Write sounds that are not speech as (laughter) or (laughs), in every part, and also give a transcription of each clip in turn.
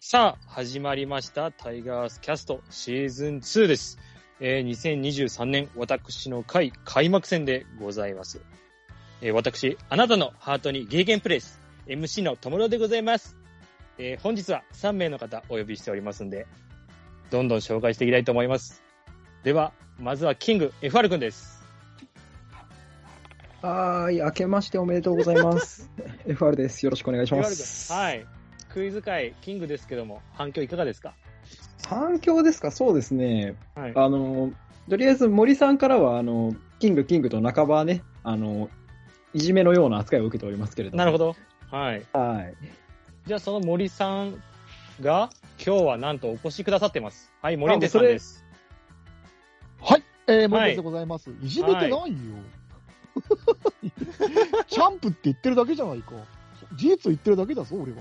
さあ、始まりました。タイガースキャストシーズン2です。えー2023年、私の回、開幕戦でございます。えー私、あなたのハートにゲーゲンプレイス、MC の友野でございます。えー本日は3名の方お呼びしておりますんで、どんどん紹介していきたいと思います。では、まずはキング FR くんです。はーい、明けましておめでとうござい (laughs) ます。FR です。よろしくお願いしま FR す。くん。はい。クイズ界、キングですけども、反響いかがですか反響ですかそうですね。はい。あの、とりあえず森さんからは、あの、キング、キングと半ばね、あの、いじめのような扱いを受けておりますけれども。なるほど。ど。はい。はい。じゃあその森さんが今日はなんとお越しくださってます。はい、森んでさんあもうそれです。はい、えー、は森い田でございます。いじめてないよ。 (laughs) キャンプって言ってるだけじゃないか。事実を言ってるだけだぞ、俺は。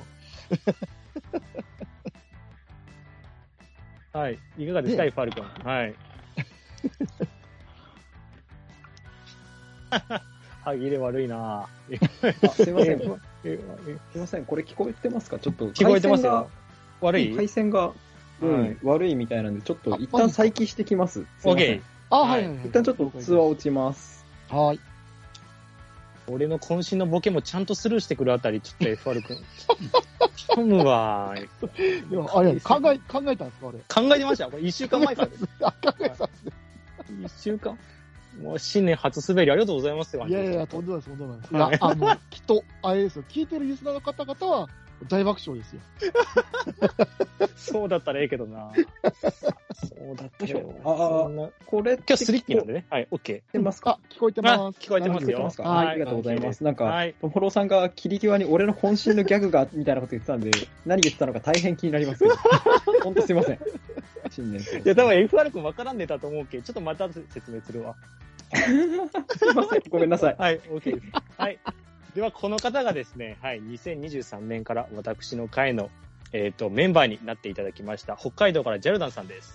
はい、いかがですか、ねファルコン。はい。歯切れ悪い (laughs) なぁ。あすいません。えすええいません。これ聞こえてますかちょっと。聞こえてますよ。悪回線いが。回線が、うんはい悪いみたいなんで、ちょっとあ一旦再起してきます。すいません OK。あ、ははいい、はいはい。一旦ちょっと通話落ちます。はい。俺の渾身のボケもちゃんとスルーしてくるあたり、ちょっと f ル君。頼むわー。いや、あれ、考え、考えたんですか、 (laughs) あれ。考えてましたこれ1週間前から (laughs) です。あ、考えたんですね1週間もう新年初滑りありがとうございますって感いじやでいすやいや、とんでもないです、とんでもないです。いはやい、あの、きっと、あれですよ、聞いてるリスナーの方々は、大爆笑ですよ。そうだったらええけどなそうだったよ。ああそんなこれ、今今日スリッキーなんでね。はい、オッケてますかあ、聞こえてー。まあす。聞こえてます聞こえてよます。かはいありがとうございます。なんか、はい。トモローさんが切り際に俺の渾身のギャグが、みたいなこと言ってたんで、 (laughs) 何言ってたのか大変気になります (laughs) けど。ほんとすいません。新年いや、多分 FR 君分からんでたと思うけど、ちょっとまた説明するわ。すいません。ごめんな (laughs) さい。はい、OK です。はい。では、この方がですね、はい、2023年から私の会の、えっ、と、メンバーになっていただきました、北海道からジャルダンさんです。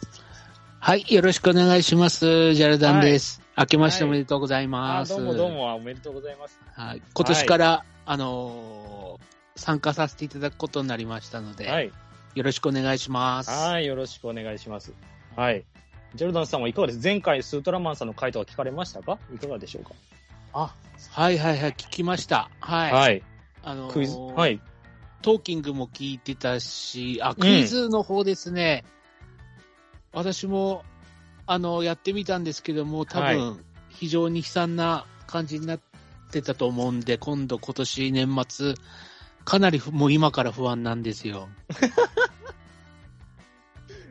はい、よろしくお願いします。ジャルダンです。明けましておめでとうございあます。どうもどう。も、おめでとうございます。はい、今年から、あのー参加させていただくことになりましたので、はい。よろしくお願いします。はい、よろしくお願いします。はい。ジャルダンさんはいかがです前回、スートラマンさんの回答は聞かれましたかいかがでしょうかあ、はい、はい、はい、聞きました。はい。はい。あのークイズ。はい。トーキングも聞いてたし、あ、クイズの方ですね。私も、あの、やってみたんですけども、多分、非常に悲惨な感じになってたと思うんで、今度、今年年末、かなりふもう今から不安なんですよ。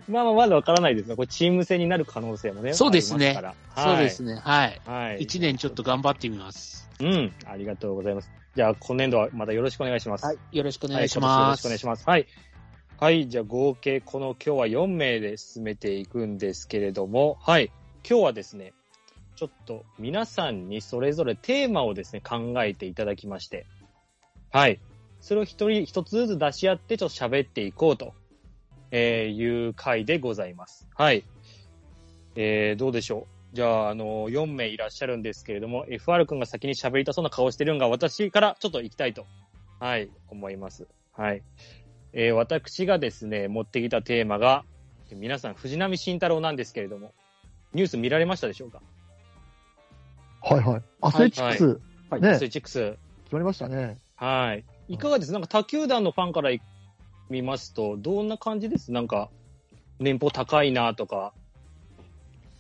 まあまあ、まだわからないですが、これチーム戦になる可能性もね。そうですねありますからそうです。ね。はい。はい。はい一年ちょっと頑張ってみます。うん。ありがとうございます。じゃあ、今年度はまたよろしくお願いします。はいは。よろしくおい。願いしまよろす。しくお願いします。はい。はい。じゃあ、合計、この今日は4名で進めていくんですけれども、はい。今日はですね、ちょっと皆さんにそれぞれテーマをですね、考えていただきまして、はい。それを一人一つずつ出し合って、ちょっと喋っていこうと、えーいう回でございます。はい。えーどうでしょう。じゃあ、あの、4名いらっしゃるんですけれども、FR 君が先に喋りたそうな顔してるんが、私からちょっと行きたいと、はい、思います。はい。えー私がですね、持ってきたテーマが、皆さん、藤波慎太郎なんですけれども、ニュース見られましたでしょうかはいはい。アスレチックス、はいね、ス決イチックス。まりましたね。はい。いかがですなんか他球団のファンから見ますと、どんな感じですなんか、年俸高いなとか、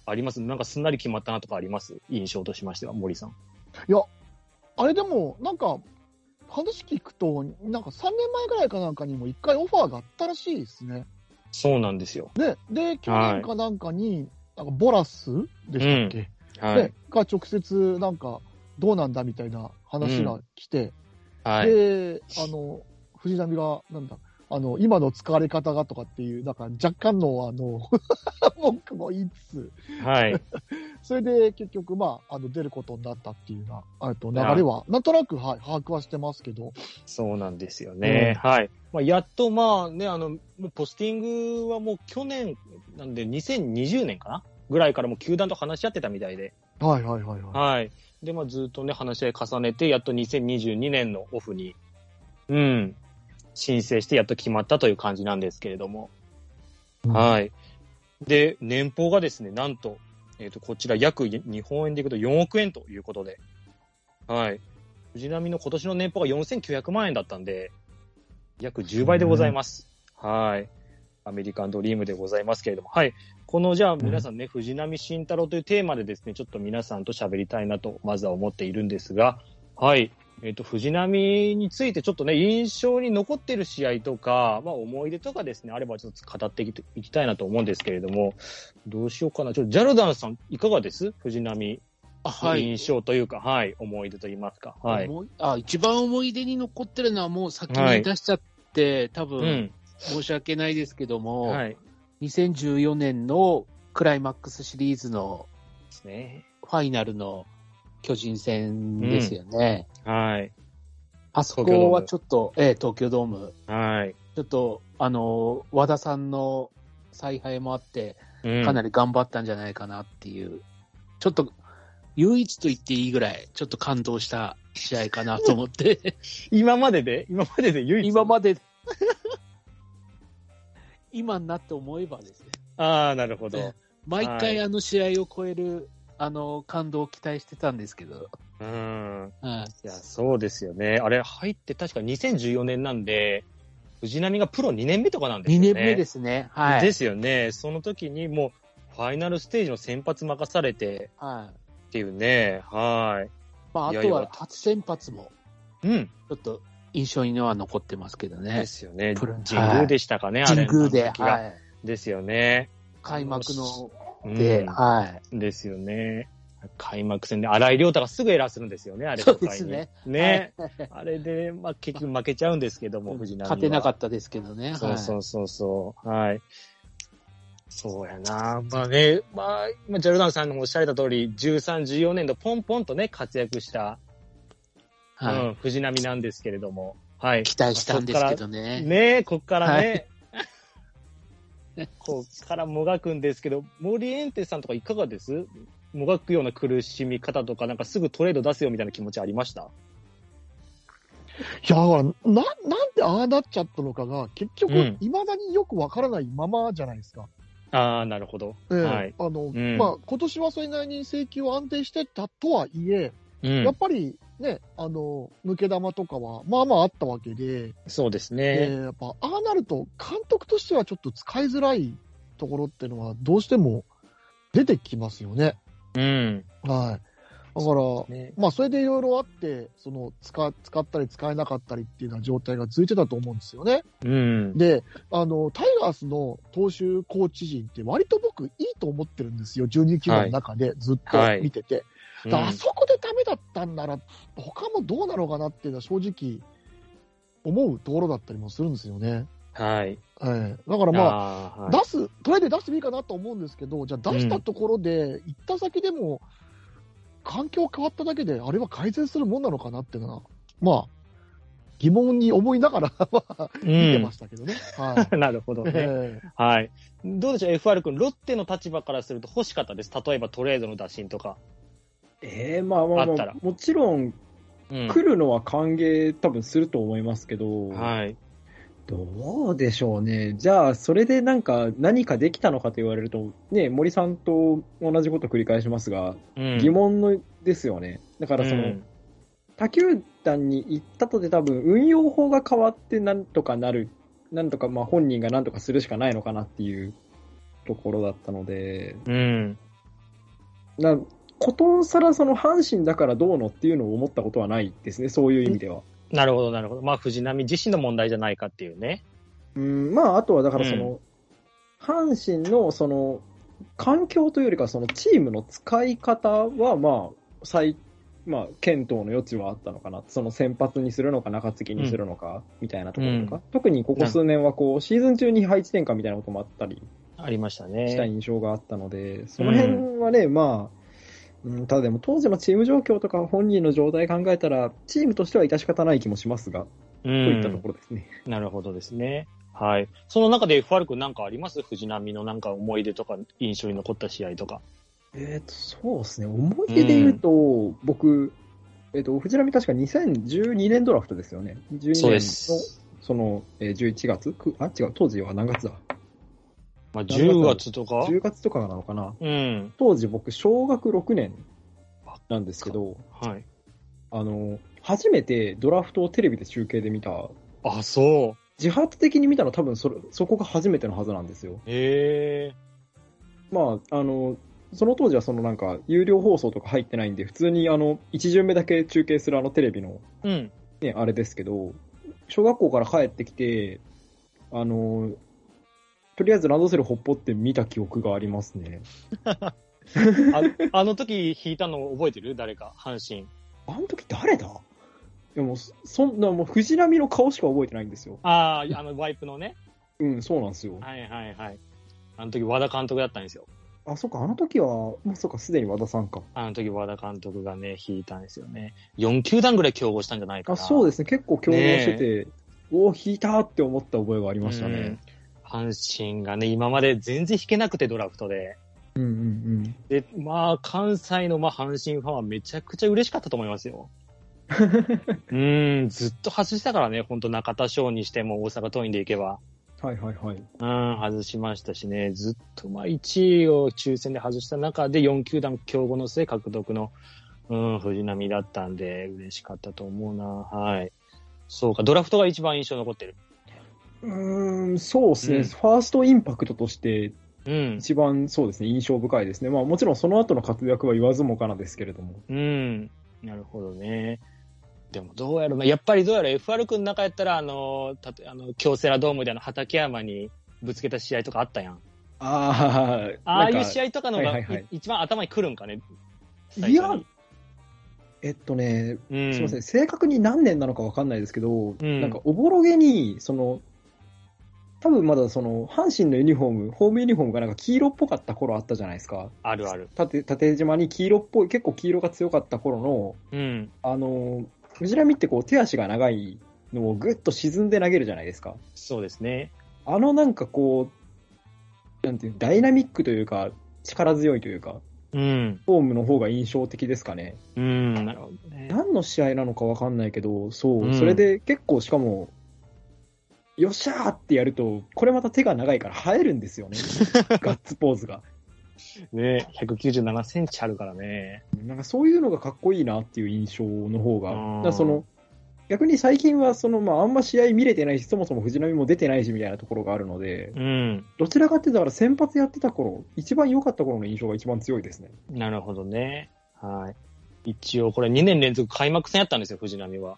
ありますなんかすんなり決まったなとかあります印象としましては、森さん。あれでも、なんか、話聞くと、なんか3年前ぐらいかなんかにも一回オファーがあったらしいですね。そうなんですよ。ね、で、去年かなんかに、なんかボラスでしたっけ、はいね。が直接、なんか、どうなんだみたいな話が来て、はい。で、あの、藤波が、なんだ、あの、今の使われ方がとかっていう、なんか若干の、あの、 (laughs) 文句も言いつつ、はい。それで結局、まあ、あの出ることになったっていうような、あと流れは、なんとなく、はい、把握はしてますけど、そうなんですよね。はい。まあ、やっとまあね、あの、もうポスティングはもう去年なんで2020年かなぐらいからもう球団と話し合ってたみたいで。はいはいはいはい。はい。で、まあずっとね、話し合い重ねて、やっと2022年のオフに、うん、申請してやっと決まったという感じなんですけれども。はい。で、年俸がですね、なんと、えっ、と、こちら約日本円でいくと4億円ということで、はい。藤波の今年の年俸が4900万円だったんで、約10倍でございます。はい。アメリカンドリームでございますけれども、はい。この、じゃあ皆さんね、藤波慎太郎というテーマでですね、ちょっと皆さんと喋りたいなと、まずは思っているんですが、はい。えっ、と、藤波についてちょっとね、印象に残っている試合とか、まあ思い出とかですね、あればちょっと語っていきいきたいなと思うんですけれども、どうしようかな。ちょっとジャルダンさん、いかがです藤波あはい。印象というか、はい、思い出と言いますか。はい。思いあ一番思い出に残ってるのはもう先に出しちゃって、多う分ん。申し訳ないですけども、はい。で2014年のクライマックスシリーズのすね。ファイナルの巨人戦ですよね。はい。あそこはちょっと、ええ東京ドーム、はい。ちょっと、あの、和田さんの采配もあって、うんかなり。り頑張ったんじゃないかなっていう、ちょっと、唯一と言っていいぐらい、ちょっと感動した試合かなと (laughs) 思って、今までで今までで唯一。今まで、今になって思えばですね、ああ、なるほどね。毎はい回あの試合を超える、あの、感動を期待してたんですけど、うん。うんいや、そうですよね。あれ、入って確か2014年なんで、藤波がプロ2年目とかなんです2よね。。年目ですすね。はい。ですよね。その時にもう、ファイナルステージの先発任されてはい。っていうね。はい。まあ、あいやとよはか初先発も、うん。ちょっと印象には残ってますけどでね。すよね。プロ神宮でしたかね、あれ。神宮で、あの時がはい。ですよね。開幕のうんで、はい。ですよね。開幕戦で荒井亮太がすぐエラーするんですよね、あれそうですね。初回にね、あれで、まあ、結局負けちゃうんですけども、藤波は勝てなかったですけどね。そうはそいうそうそう。はい。そうやな。まあね、まあ、今、ジャルダンさんのおっしゃられた通り、13、14年度、ポンポンとね、活躍した、はいうん、藤波なんですけれども、はい。期待したんですけどね。ねえ、こっからね、 (laughs) こっからもがくんですけど、モリエンテさんとかいかがですもがくような苦しみ方とか、なんかすぐトレード出すよみたいな気持ちありましたいや、だから、な、なんでああなっちゃったのかが、結局、うん未だによくわからないままじゃないですか。ああ、なるほど。ええはい。あの、んまあ、今年はそれなりに請求を安定してたとはいえ、うんやっぱりね、あの、抜け玉とかは、まあまああったわけで、そうですえね。ーやっぱ、ああなると、監督としてはちょっと使いづらいところっていうのは、どうしても出てきますよね。うん。はい。だから、ねまあ、それでいろいろあって、その使、使ったり使えなかったりっていうような状態が続いてたと思うんですよね。うん。で、あの、タイガースの投手コーチ陣って、割と僕、いいと思ってるんですよ。12球団の中でずっと見てて。うだんからあそこでダメだったんなら、他もどうなのかなっていうのは正直、思うところだったりもするんですよね。はい。ええだからまあ、まあー、はい出す、とりあえず出してもいいかなと思うんですけど、じゃあ出したところで、行った先でも、環境変わっただけで、あれは改善するもんなのかなっていうのは、まあ、疑問に思いながらまあ (laughs) 見てましたけ (laughs) どね。はい。なるほどね。 (laughs) ええはい。どうでしょう、FR 君、ロッテの立場からすると欲しかったです。例えばトレードの打診とか。えー、まあまああっまたあら、もちろんうん来るのは歓迎多分すると思いますけど、はい。どうでしょうね。じゃあ、それでなんか何かできたのかと言われると、ね、森さんと同じこと繰り返しますが、疑疑問のですよね。だからその、他球団に行ったとて多分運用法が変わってなんとかなる、なんとかまあ本人がなんとかするしかないのかなっていうところだったので、うん。なことさらその阪神だからどうのっていうのを思ったことはないですね、そういう意味では。なるほど、なるほど。まあ、藤波自身の問題じゃないかっていうね。うん、まあ、あとはだからその、阪神のその、環境というよりか、そのチームの使い方は、まあ、最、まあ、検討の余地はあったのかな。その先発にするのか、中継ぎにするのか、みたいなところとか。うん特にここ数年は、こう、シーズン中に配置転換みたいなこともあったりありましたしたね。印象があったので、その辺はね、まあ、うん、ただでも当時のチーム状況とか本人の状態考えたら、チームとしては致し方ない気もしますが、うといったとん。ころですね。なるほどですね。はい。その中で FR 君なんかあります藤波のなんか思い出とか印象に残った試合とか。えっ、と、そうですね。思い出で言うと、僕、えっ、と、藤波確か2012年ドラフトですよね。12年の。その、えー11月くあ、違う、当時は何月だまあ、10月とか ?10 月とかなのかなうん。当時僕、小学6年なんですけど、はい。あの、初めてドラフトをテレビで中継で見た、あ、そう。自発的に見たの多分それ、そこが初めてのはずなんですよ。へえ。まあ、あの、その当時はそのなんか、有料放送とか入ってないんで、普通にあの、一巡目だけ中継するあのテレビの、うん。ね、あれですけど、小学校から帰ってきて、あの、とりあえずランドセルほっぽって見た記憶がありますね。あ (laughs) あの時弾いたの覚えてる誰か、阪神。あの時誰だでも、そそんな、もう藤波の顔しか覚えてないんですよ。ああ、あのワイプのね。うん、そうなんですよ。はいはいはい。あの時和田監督だったんですよ。あ、そっか、あの時は、もうそっか、すでに和田さんか。あの時和田監督がね、弾いたんですよね。4球団ぐらい競合したんじゃないかあ、な。そうでですね、結構競合してて、おお、引いたって思った覚えがありましたね。。阪神がね、今まで全然弾けなくてドラフトで。うんうんうん。で、まあ、関西のまあ阪神ファンはめちゃくちゃ嬉しかったと思います (laughs) よ。うん、ずっと外したからね、本当中田翔にしても大阪桐蔭で行けば。はいはいはうい。ん、外しましたしね、ずっと、まあ、1位を抽選で外した中で、4球団競合の末、獲得の、うん、藤波だったんで、嬉しかったと思うな。はい。そうか、ドラフトが一番印象残ってる。うーん、そうですね、うんファーストインパクトとして、うん。一番そうですね、印象深いですね。まあもちろんその後の活躍は言わずもかなですけれども。うん。なるほどね。でも、どうやろうな。やっぱりどうやら FR 君の中やったら、あの、たとあの、京セラドームであの、畠山にぶつけた試合とかあったやん。ああ、ああいう合試合とかのが、はいはいはいい一番頭に来るんかね。いや、えっとね、うん。すみません、正確に何年なのかわかんないですけど、うんなんかおぼろげに、その、多分まだその、阪神のユニフォーム、ホームユニフォームがなんか黄色っぽかった頃あったじゃないですか。あるある。縦縦島に黄色っぽい、結構黄色が強かった頃の、うん。あの、藤波ってこう手足が長いのをぐっと沈んで投げるじゃないですか。そうですね。あのなんかこう、なんていう、ダイナミックというか、力強いというか、うん。フォームの方が印象的ですかね。うん。なるほどね。何の試合なのかわかんないけど、そう、うんそれで結構しかも、よっしゃーってやると、これまた手が長いから生えるんですよね。ガッツポーズが。ね、197センチあるからね。なんかそういうのがかっこいいなっていう印象の方が、うんだからその逆に最近はその、まあ、あんま試合見れてないし、そもそも藤波も出てないしみたいなところがあるので、うん。どちらかっていうとだから先発やってた頃、一番良かった頃の印象が一番強いですね。なるほどね。はい。一応、これ2年連続開幕戦やったんですよ、藤波は。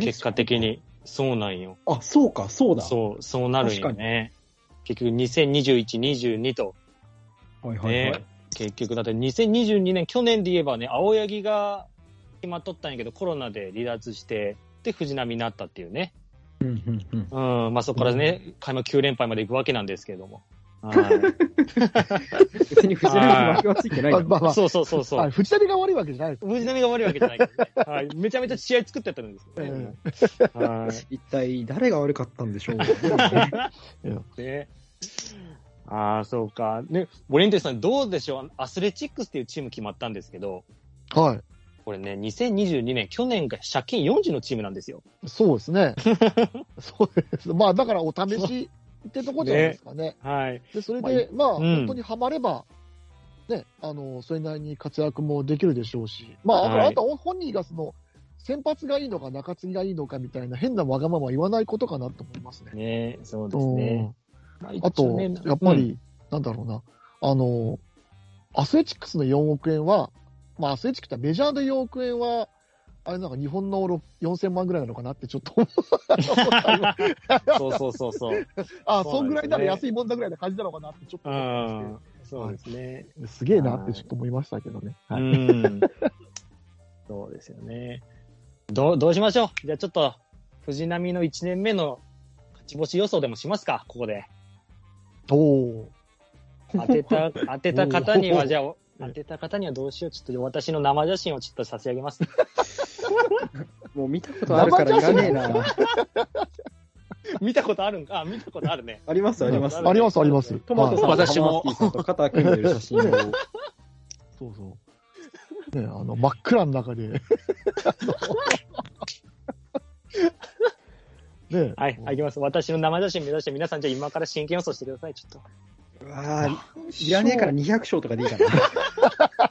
結果的に。そうなんよ。あ、そうか、そうだ。そう、そうなるんよ確かね。結局、2021、22と。はいはいはい。ね。結局、だって2022年、去年で言えばね、青柳が決まっとったんやけど、コロナで離脱して、で、藤波になったっていうね。うんうんうんうん、まあそこからね、開幕9連敗まで行くわけなんですけれども。はい。別に藤波に負けはついてないだまろあまあまあそうそうそうそ。はいう藤波が悪いわけじゃないです。藤波が悪いわけじゃないからね。はい。めちゃめちゃ試合作ってやってるんですけどね。はい一体誰が悪かったんでし (laughs) ょうね。ああ、そうか。ね、ボレンテルさんどうでしょうアスレチックスっていうチーム決まったんですけど、はこれね、2022年、去年が借金40のチームなんですよ。い。そうで (laughs) すね。そうです。まあ、だからお試しってとこじゃないですかね。はい。で、それで、まあ、うん本当にはまれば、ね、あの、それなりに活躍もできるでしょうし、まあ、あはいと、あと本人がその、先発がいいのか中継ぎがいいのかみたいな変なわがまま言わないことかなと思いますね。ねそうですね。あと、やっぱり、、なんだろうな、あの、アスレチックスの4億円は、まあ、アスレチックスってメジャーで4億円は、あれなんか日本のろ4000万ぐらいなのかなってちょっと思った。そうそうそうそう。あ、そそうんぐなんですねらいなら安いもんだぐらいな感じなのかなってちょっとう思ってん。そうですね。すげえなってちょっと思いましたけどね。うはいん。そうですよね。どう、どうしましょうじゃあちょっと、藤波の1年目の勝ち星予想でもしますかここで。おー当て (laughs) た、当てた方におは、ーじゃあ、当てた方にはどうしよう。ちょっと私の生写真をちょっと差し上げます。もう見たことあるからいらねえな。 (laughs) 見たことあるんかあ、見たことあるね。ありますあります。ありますありますトマトさんとはハマいスキーさんと肩組んでる写真 (laughs) を。そう (laughs) そう。ね、あの、真っ暗の中で、ねはい、あきます。私の生写真目指して皆さん、じゃあ今から真剣予想してください、ちょっと。わあ、いらねえから200勝とかでいいかな。生写真、(laughs)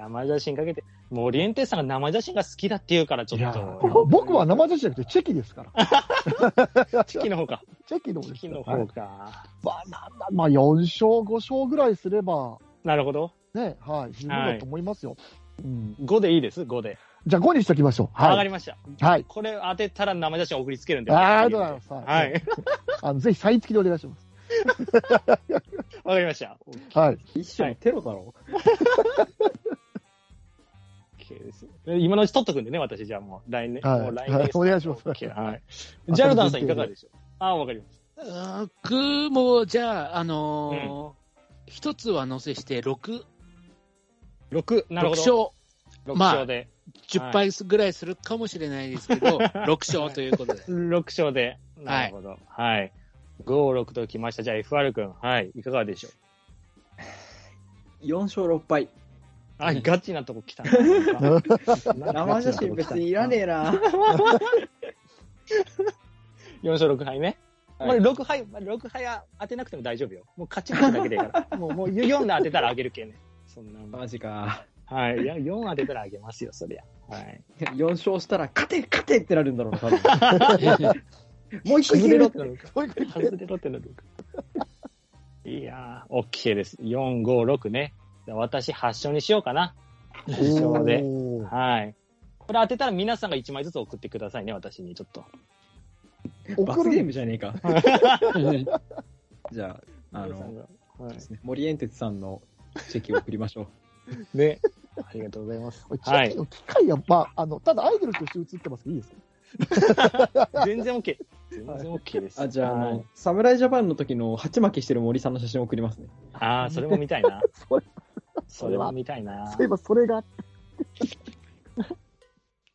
生写真かけて。もうオリエンテさんが生写真が好きだって言うから、ちょいやっーと。僕は生写真じゃなくてチェキですから。チ (laughs) チキの方か。ェキの方チですキからの方か。まあ、なんだ、まあ、4勝、5勝ぐらいすれば、なるほど。ね、はい、十分だと思いますよ。うん、 5でいいです、5で。じゃあ5にしときましょう。わ、かはい。りました。はい。これ当てたら生写真送りつけるんで。あーありがとうございます。は。い。あのぜひ、サイン付きでお願いします。わかりました。はい。 (laughs) 一種のテロだろ。 OK です。今のうち取っとくんでね、私じゃあもう来年。はいもう来年ですはいお願いします OK はい。ジャルダンさんいかがでしょうああ、わかります。僕も、じゃあ、あのー一つは乗せして6、 6、なる6ほど。6勝、まあ勝で。 10敗ぐらいするかもしれないですけど、6勝というこ (laughs) とで。 6勝で。なるほど。はい。5、6ときました。じゃあ FR 君、はい。いかがでしょう4勝6敗。あ、ねガチなとこ来 (laughs) たな。生写真別にいらねえな。 4勝6敗ね。はいこれ6敗、6敗は当てなくても大丈夫よ。もう勝ち口だけでいい (laughs) から。もう、もう4で当てたらあげるけね。そんなもんマジか。はい。いや、4当てたらあげますよ、そりゃ。はい。 4勝したら、勝て勝てってなるんだろうな、多分。もう一個外入れれろろっ。てなるか。外れろってなるか。いやー、OK です。4、5、6ね。じゃあ私、8勝にしようかな。8勝で。おーはい。これ当てたら皆さんが1枚ずつ送ってくださいね、私にちょっと。罰送ゲーる。ムじゃねえか。じゃあ、あ皆さんの、がはい森エンテツさんのチェキを送りましょう。ね。ありがとうございます。チェキの機械は、まあ、あの、ただアイドルとして映ってますけどいいですか全然 OK。全然 OK です。 (laughs) あ、じゃあ、あはいの、侍ジャパンの時の鉢巻きしてる森さんの写真を送りますね。ああ、それも見たいな。それそれも見たいなそうい。えば、それが、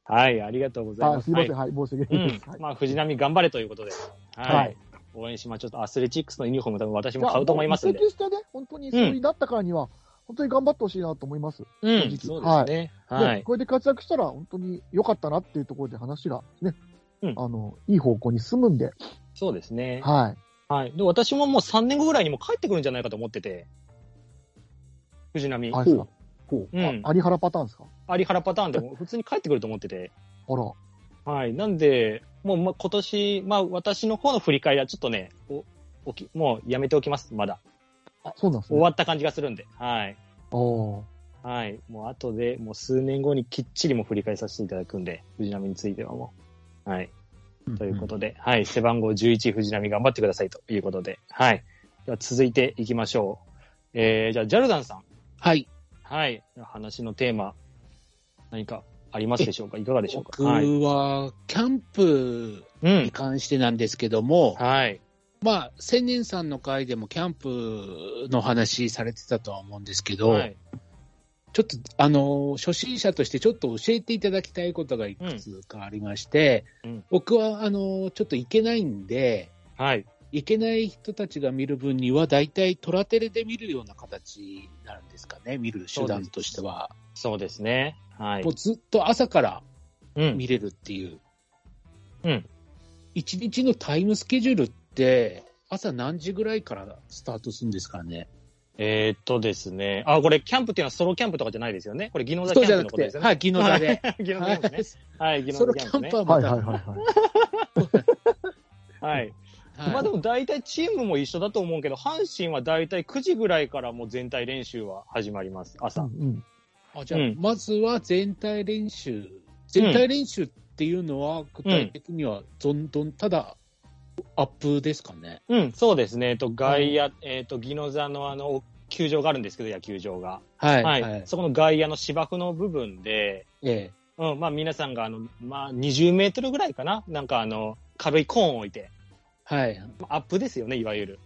はい、ありがとうございあますす。いまはせん、はい、申しう訳ないでんす。はい。まあ、藤波頑張れということで。ははいい。応援しましょう。ちょっとアスレチックスのユニフォーム多分私も買うと思いますんで移。籍してね、本当にそうになったからには、本当に頑張ってほしいなと思います。う正ん、直そうですね。はねい。これで活躍したら、本当に良かったなっていうところで話がね、うんあの、いい方向に進むんで、そうですね。はい。はい。で、私ももう3年後ぐらいにも帰ってくるんじゃないかと思ってて。藤波。ほあれですうか、ほう。うん。有原パターンですか有原パターンでも普通に帰ってくると思ってて。あら、はい。なんで、もうま今年、まあ私の方の振り返りはちょっとね、おおきもうやめておきます、まだ。あそうなんです終ね。わった感じがするんで。はい。おはい。もう後で、もう数年後にきっちりもう振り返させていただくんで、藤波についてはもう。はい。ということで、はい。背番号11藤波頑張ってくださいということで。はい。では続いていきましょう。えー、じゃあ、ジャルダンさん。はい。はい。話のテーマ、何かありますでしょうかいかがでしょうか僕はい。は、キャンプうにん。関してなんですけども、はい。まあ、千年さんの回でもキャンプの話されてたとは思うんですけど、はい。ちょっと、あの、初心者としてちょっと教えていただきたいことがいくつかありまして、うんうん僕は、あの、ちょっと行けないんで、はい。行けない人たちが見る分には、大体トラテレで見るような形になるんですかね、見る手段としては。そうですね。はいもう。ずっと朝からうん。見れるっていう。うん。一日のタイムスケジュールって、朝何時ぐらいからスタートするんですかね。えーっとですね。あ、これ、キャンプっていうのはソロキャンプとかじゃないですよね。これ、技能座キそうじャンゃプなのくことでて、すよね。はい、技能座で。技能は座 (laughs) キャンプいね。はい、技能 (laughs) ソロ座キャキンプャねンプ。ははまいた、はいはいはいはい。はい。まあでも大体チームも一緒だと思うけど、阪神は大体9時ぐらいからもう全体練習は始まります。う朝。んうん、あじゃあ、うんまずは全体練習。全体練習っていうのは、具体的には、どんどん、ただ、アップですかね。うん、そうですね。えっと、外野、えっと、技能座のあの、球場があるんですけど、野球場が。はい。はい。はいそこの外野の芝生の部分で、えうん、まあ皆さんがあの、まあ20メートルぐらいかななんかあの、軽いコーンを置いて、えはい。アップですよね、いわゆる。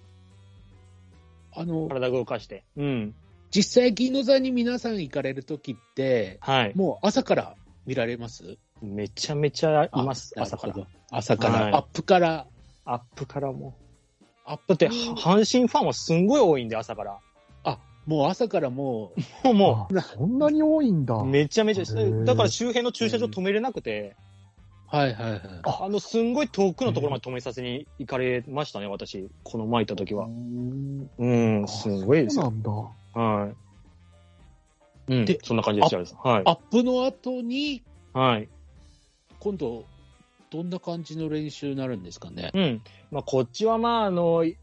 あの、体動かして。うん。実際、銀の座に皆さん行かれるときって、はい。もう朝から見られますめちゃめちゃいます、あ朝かなら。るほど朝から、はいアップから、アップからも。アッだプって、は阪神ファンはすんごい多いんで、朝から。あ、もう朝からも (laughs) う、もうもあそんなに多いんだ。う、めちゃめちゃへー、だから周辺の駐車場止めれなくて、はいはいはい。あの、すんごい遠くのところまで止めさせに行かれましたね、私。この前行った時はう。んうん、すごいですそうよ。なんだ。はい。うんで、そんな感じでしたよ。はいア。ップの後に、はい。今度、どんな感じの練習になるんですかね。うん。まあ、こっちはまあ、あの、キ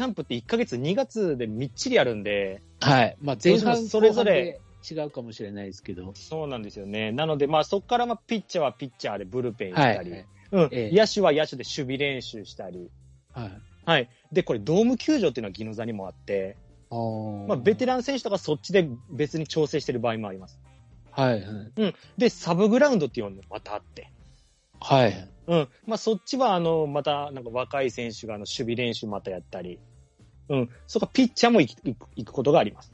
ャンプって1ヶ月、2月でみっちりやるんで、はい。まあ、前どうしま半、すそれぞれ後半で違うかもしれないですけど。そうなんですよね。なので、まあ、そこからまあピッチャーはピッチャーでブルペン行はったり、い。うん、ええ野手は野手で守備練習したり、はい。はい。で、これ、ドーム球場っていうのは宜野座にもあって、あーまあ、ベテラン選手とかそっちで別に調整してる場合もあります。はいはい。で、サブグラウンドっていうのもまたあって、はい。うん。まあ、そっちは、あの、また、なんか若い選手があの守備練習またやったり、うん。そこはピッチャーも行く行く行くことがあります。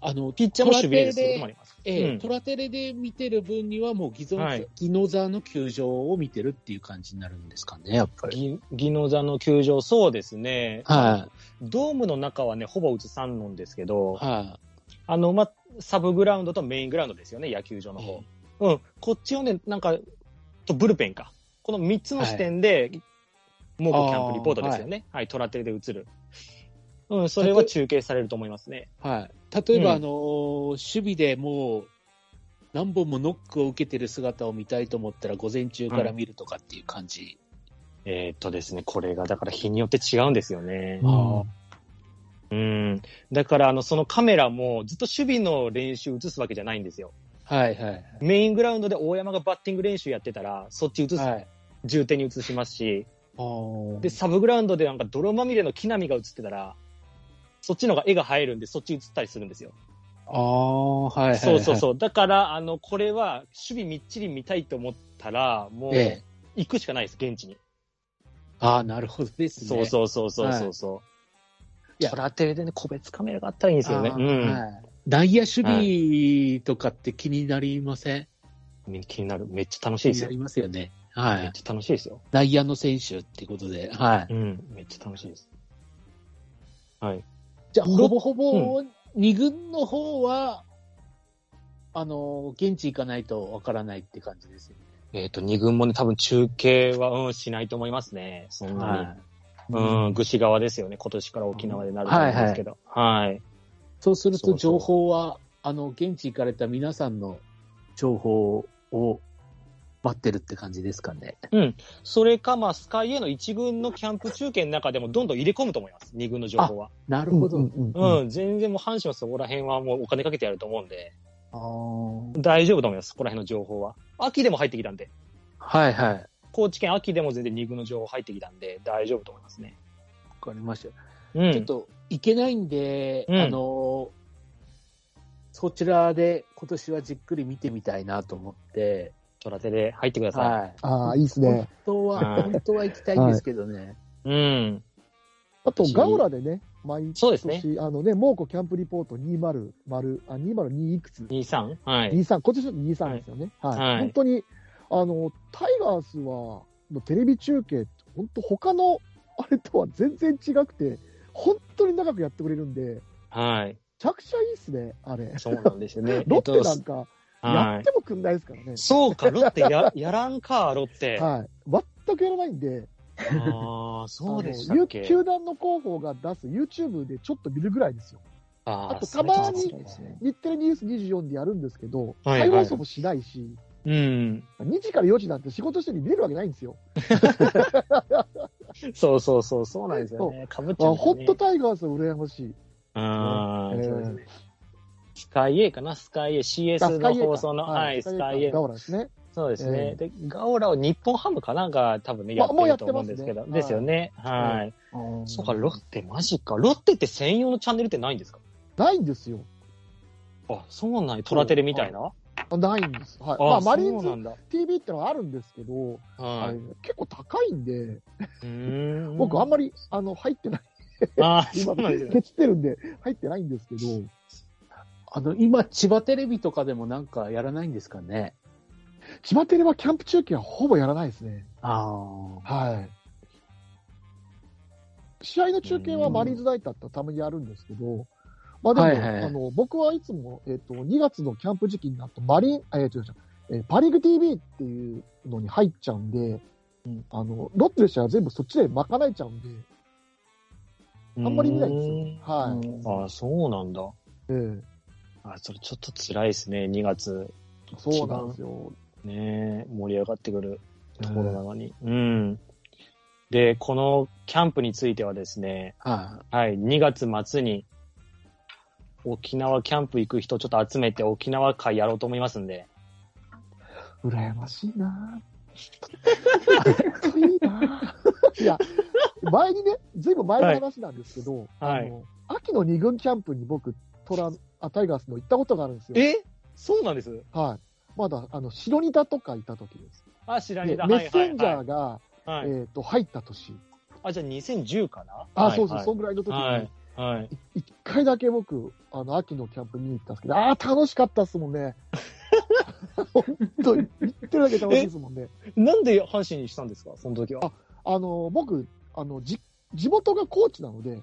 あの、ピッチャーも守備練習することもあります。ええうんトラテレで見てる分には、もう既存、はいギノザの球場を見てるっていう感じになるんですかね、やっぱり。ぎ宜野座の球場、そうですね。はドームの中はね、ほぼ映さんのんですけどい。、はあの、ま、サブグラウンドとメイングラウンドですよね、野球場のい。方。うん、こっちをね、なんか、とブルペンか。この3つの視点で、もうキャンプリポートですよね。はい、トラテレで映る。うん、それは中継されると思いますね。はい。例えば、うんあのー守備でもう、何本もノックを受けてる姿を見たいと思ったら、午前中から見るとかっていう感じ。えーっとですね、これがだから日によって違うんですよねう。んあうん。だから、あの、そのカメラもずっと守備の練習映すわけじゃないんですよ。はいはいメイングラウンドで大山がバッティング練習やってたら、そっち映す、はい。重点に映しますし、あで、サブグラウンドでなんか泥まみれの木並みが映ってたら、そっちの方が絵が映えるんで、そっち映ったりするんですよ。ああ、はいはい、はい。そうそうそう。だから、あの、これは、守備みっちり見たいと思ったら、もう、ええ。行くしかないです、現地に。ああ、なるほどですね。そうそうそうそうそうそう。いやトラテレでね、個別カメラがあったらいいんですよね。あうーんはい内野守備とかって気になりません、み。気になる。めっちゃ楽しいで気にすなよ。りますよね。はめっい。ちゃ楽しいですよ。内野の選手ってことで、はうい。ん。めっちゃ楽しいです。はい。じゃあ、ほぼほぼ、二軍の方は、あの、現地行かないとわからないって感じですよね。えっ、と、2軍もね、多分中継は、うん、しないと思いますね。そんなに。はい。うん、ぐし側ですよね。今年から沖縄でなると思うんですけど。はい。そうするそうとそう情報は、あの、現地行かれた皆さんの情報を待ってるって感じですかね。それか、まあ、スカイへの1軍のキャンプ中継の中でもどんどん入れ込むと思います。2軍の情報は。なるほど。うんううんうんん、うん全然もう阪神はそこら辺はもうお金かけてやると思うんで、あー大丈夫と思います。そこら辺の情報は。秋でも入ってきたんで。はいはい。わ高知県秋でも全然2軍の情報入ってきたんで、大丈夫と思いますね。かりました。うちょっん。と行けないんで、うんあのそちらで今年はじっくり見てみたいなと思って、トラテで入ってくださはい、ああ、いいですね。本当ははい本当は行きたいんですけどね、い。うん。あと、ガオラでね、毎年、そうですねあのね、猛虎キャンプリポート200、あ、202いくつ 23? はい。 23、今年の23ですよね。はい。はい本当に、あの、タイガースは、のテレビ中継って、本当他の、あれとは全然違くて、本当に長くやってくれるんで、めはい。ちゃくちゃいいっすね、あれ。。そうなんです (laughs) よねロッテえなっんとか、はやっい。てもくんないですからね。そうか、ロッテや、やらんか、ロッテ。はい。全くやらないんで、ああ、そうでしあたのっけ球団の広報が出す YouTube でちょっと見るぐらいですよ。ああとーそれたまにちょっと辛いですね日テレニュース24でやるんですけど、はい再はい放送もしないし、うん。 2時から4時なんて仕事してるに見れるわけないんですよ。そうそうそう、そうなんですよね。かぶっちゃあうんだよホね。ットタイガースは羨ましい。ああ、ねそうですね。スカイ A かなスカイ A、あ CS スカのイエーか放送の、はい、スカイ A ガ。オラですね。そうですねえ。で、ガオラを日本ハムかなんか多分ね、やっまてもうるやっとて思うまんすねですけど。ですよね。はい。そうか、ロッテ、マジか。ロッテって専用のチャンネルってないんですかないんですよ。あ、そうなんや。トラテレみたいなないんです。はい。あ、まあ、マリそうなーンズんだ。 TV ってのはあるんですけど、ははいい。結構高いんで、うーん僕あんまり、あの、入ってない。あー、そ今、 (laughs) うなんですよねケチってるんで、入ってないんですけど、あの今、千葉テレビとかでもなんかやらないんですかね。千葉テレはキャンプ中継はほぼやらないですね。あはい。試合の中継はマリーンズナイターってたまにやるんですけど、まあでも、はいはいあの僕はいつも、えっと2月のキャンプ時期になるとマリン、えー、違う違うえーパ・リーグ TV っていうのに入っちゃうんで、あのロッテの試合は全部そっちで賄えちゃうんで、あんまり見ないんですようはういんーんああ、そうなんだ。えーあそれちょっと辛いですね、2月。そうなんですよ。ねえ盛り上がってくるところなはのに。うん。で、このキャンプについてはですね、ははい、2月末に沖縄キャンプ行く人ちょっと集めて沖縄会やろうと思いますんで。い、羨ましいなぁあいいな (laughs) ぁいや、前にね、ずいぶん前の話なんですけど、はいあの秋の二軍キャンプに僕、トランあタイガースの行ったことがあるんですよ。えそうなんですはい。まだ、あの、白ニタとかいた時です。あ、知らで、メれた。ッセンジはいャはいーが、はい、はいえっ、と、入った年。あ、じゃあ2010かなあ、はいそうそう、はいそんぐらいの時に、はい。はい。い一回だけ僕、あの、秋のキャンプ見に行ったんですけど、ああ、楽しかったっすも (laughs) んね。本当に、行ってるだけ楽しいですもんね。なんで阪神にしたんですかその時は。あの、僕、あの、じ、地元が高知なので、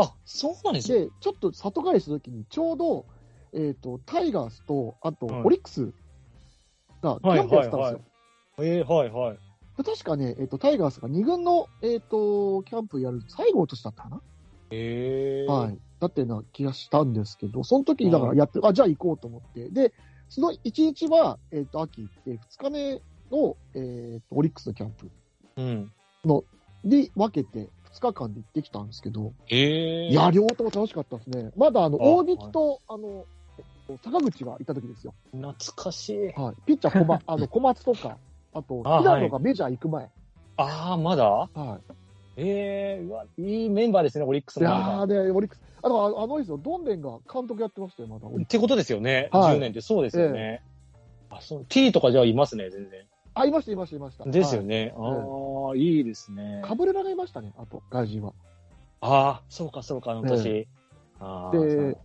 あ、そうなんですね。で、ちょっと里帰りした時に、ちょうど、えっ、と、タイガースと、あと、はいオリックスが、キャンプやってたんですよ。はいはいはいえー、はいはい。で確かね、えっ、と、タイガースが2軍の、えっ、と、キャンプやる最後の年だったかな、えー。はい。だってな気がしたんですけど、その時にだかはらやって、あ、じゃあ行こうと思って。で、その1日は、えっ、と、秋行って、2日目の、えっ、と、オリックスのキャンプうん。に分けて、2日間で行ってきたんですけど、えー。いや、両方とも楽しかったですね。まだ、あの、あ大力と、あの、えっと坂口がいた時ですよ。懐かしい。はい。ピッチャー (laughs) 小,、ま、あの小松とか、あと、あ平野がメジャー行く前。ああ、まだはいええー、うわ、いいメンバーですね、オリックスいのやメンバーで、オリックス、あの、あのあのですよ、ドンベンが監督やってましたよ、まだ。ー。ってことですよね、はい10年ってそうですよね。あそう T とかじゃあいますね、全然。あ、いました、いました、いました。ですよね。ああ、いいですねはい。。カブレラがいましたね、あと、外人は。ああ、そうか、そうか、あの年。ああ、でそう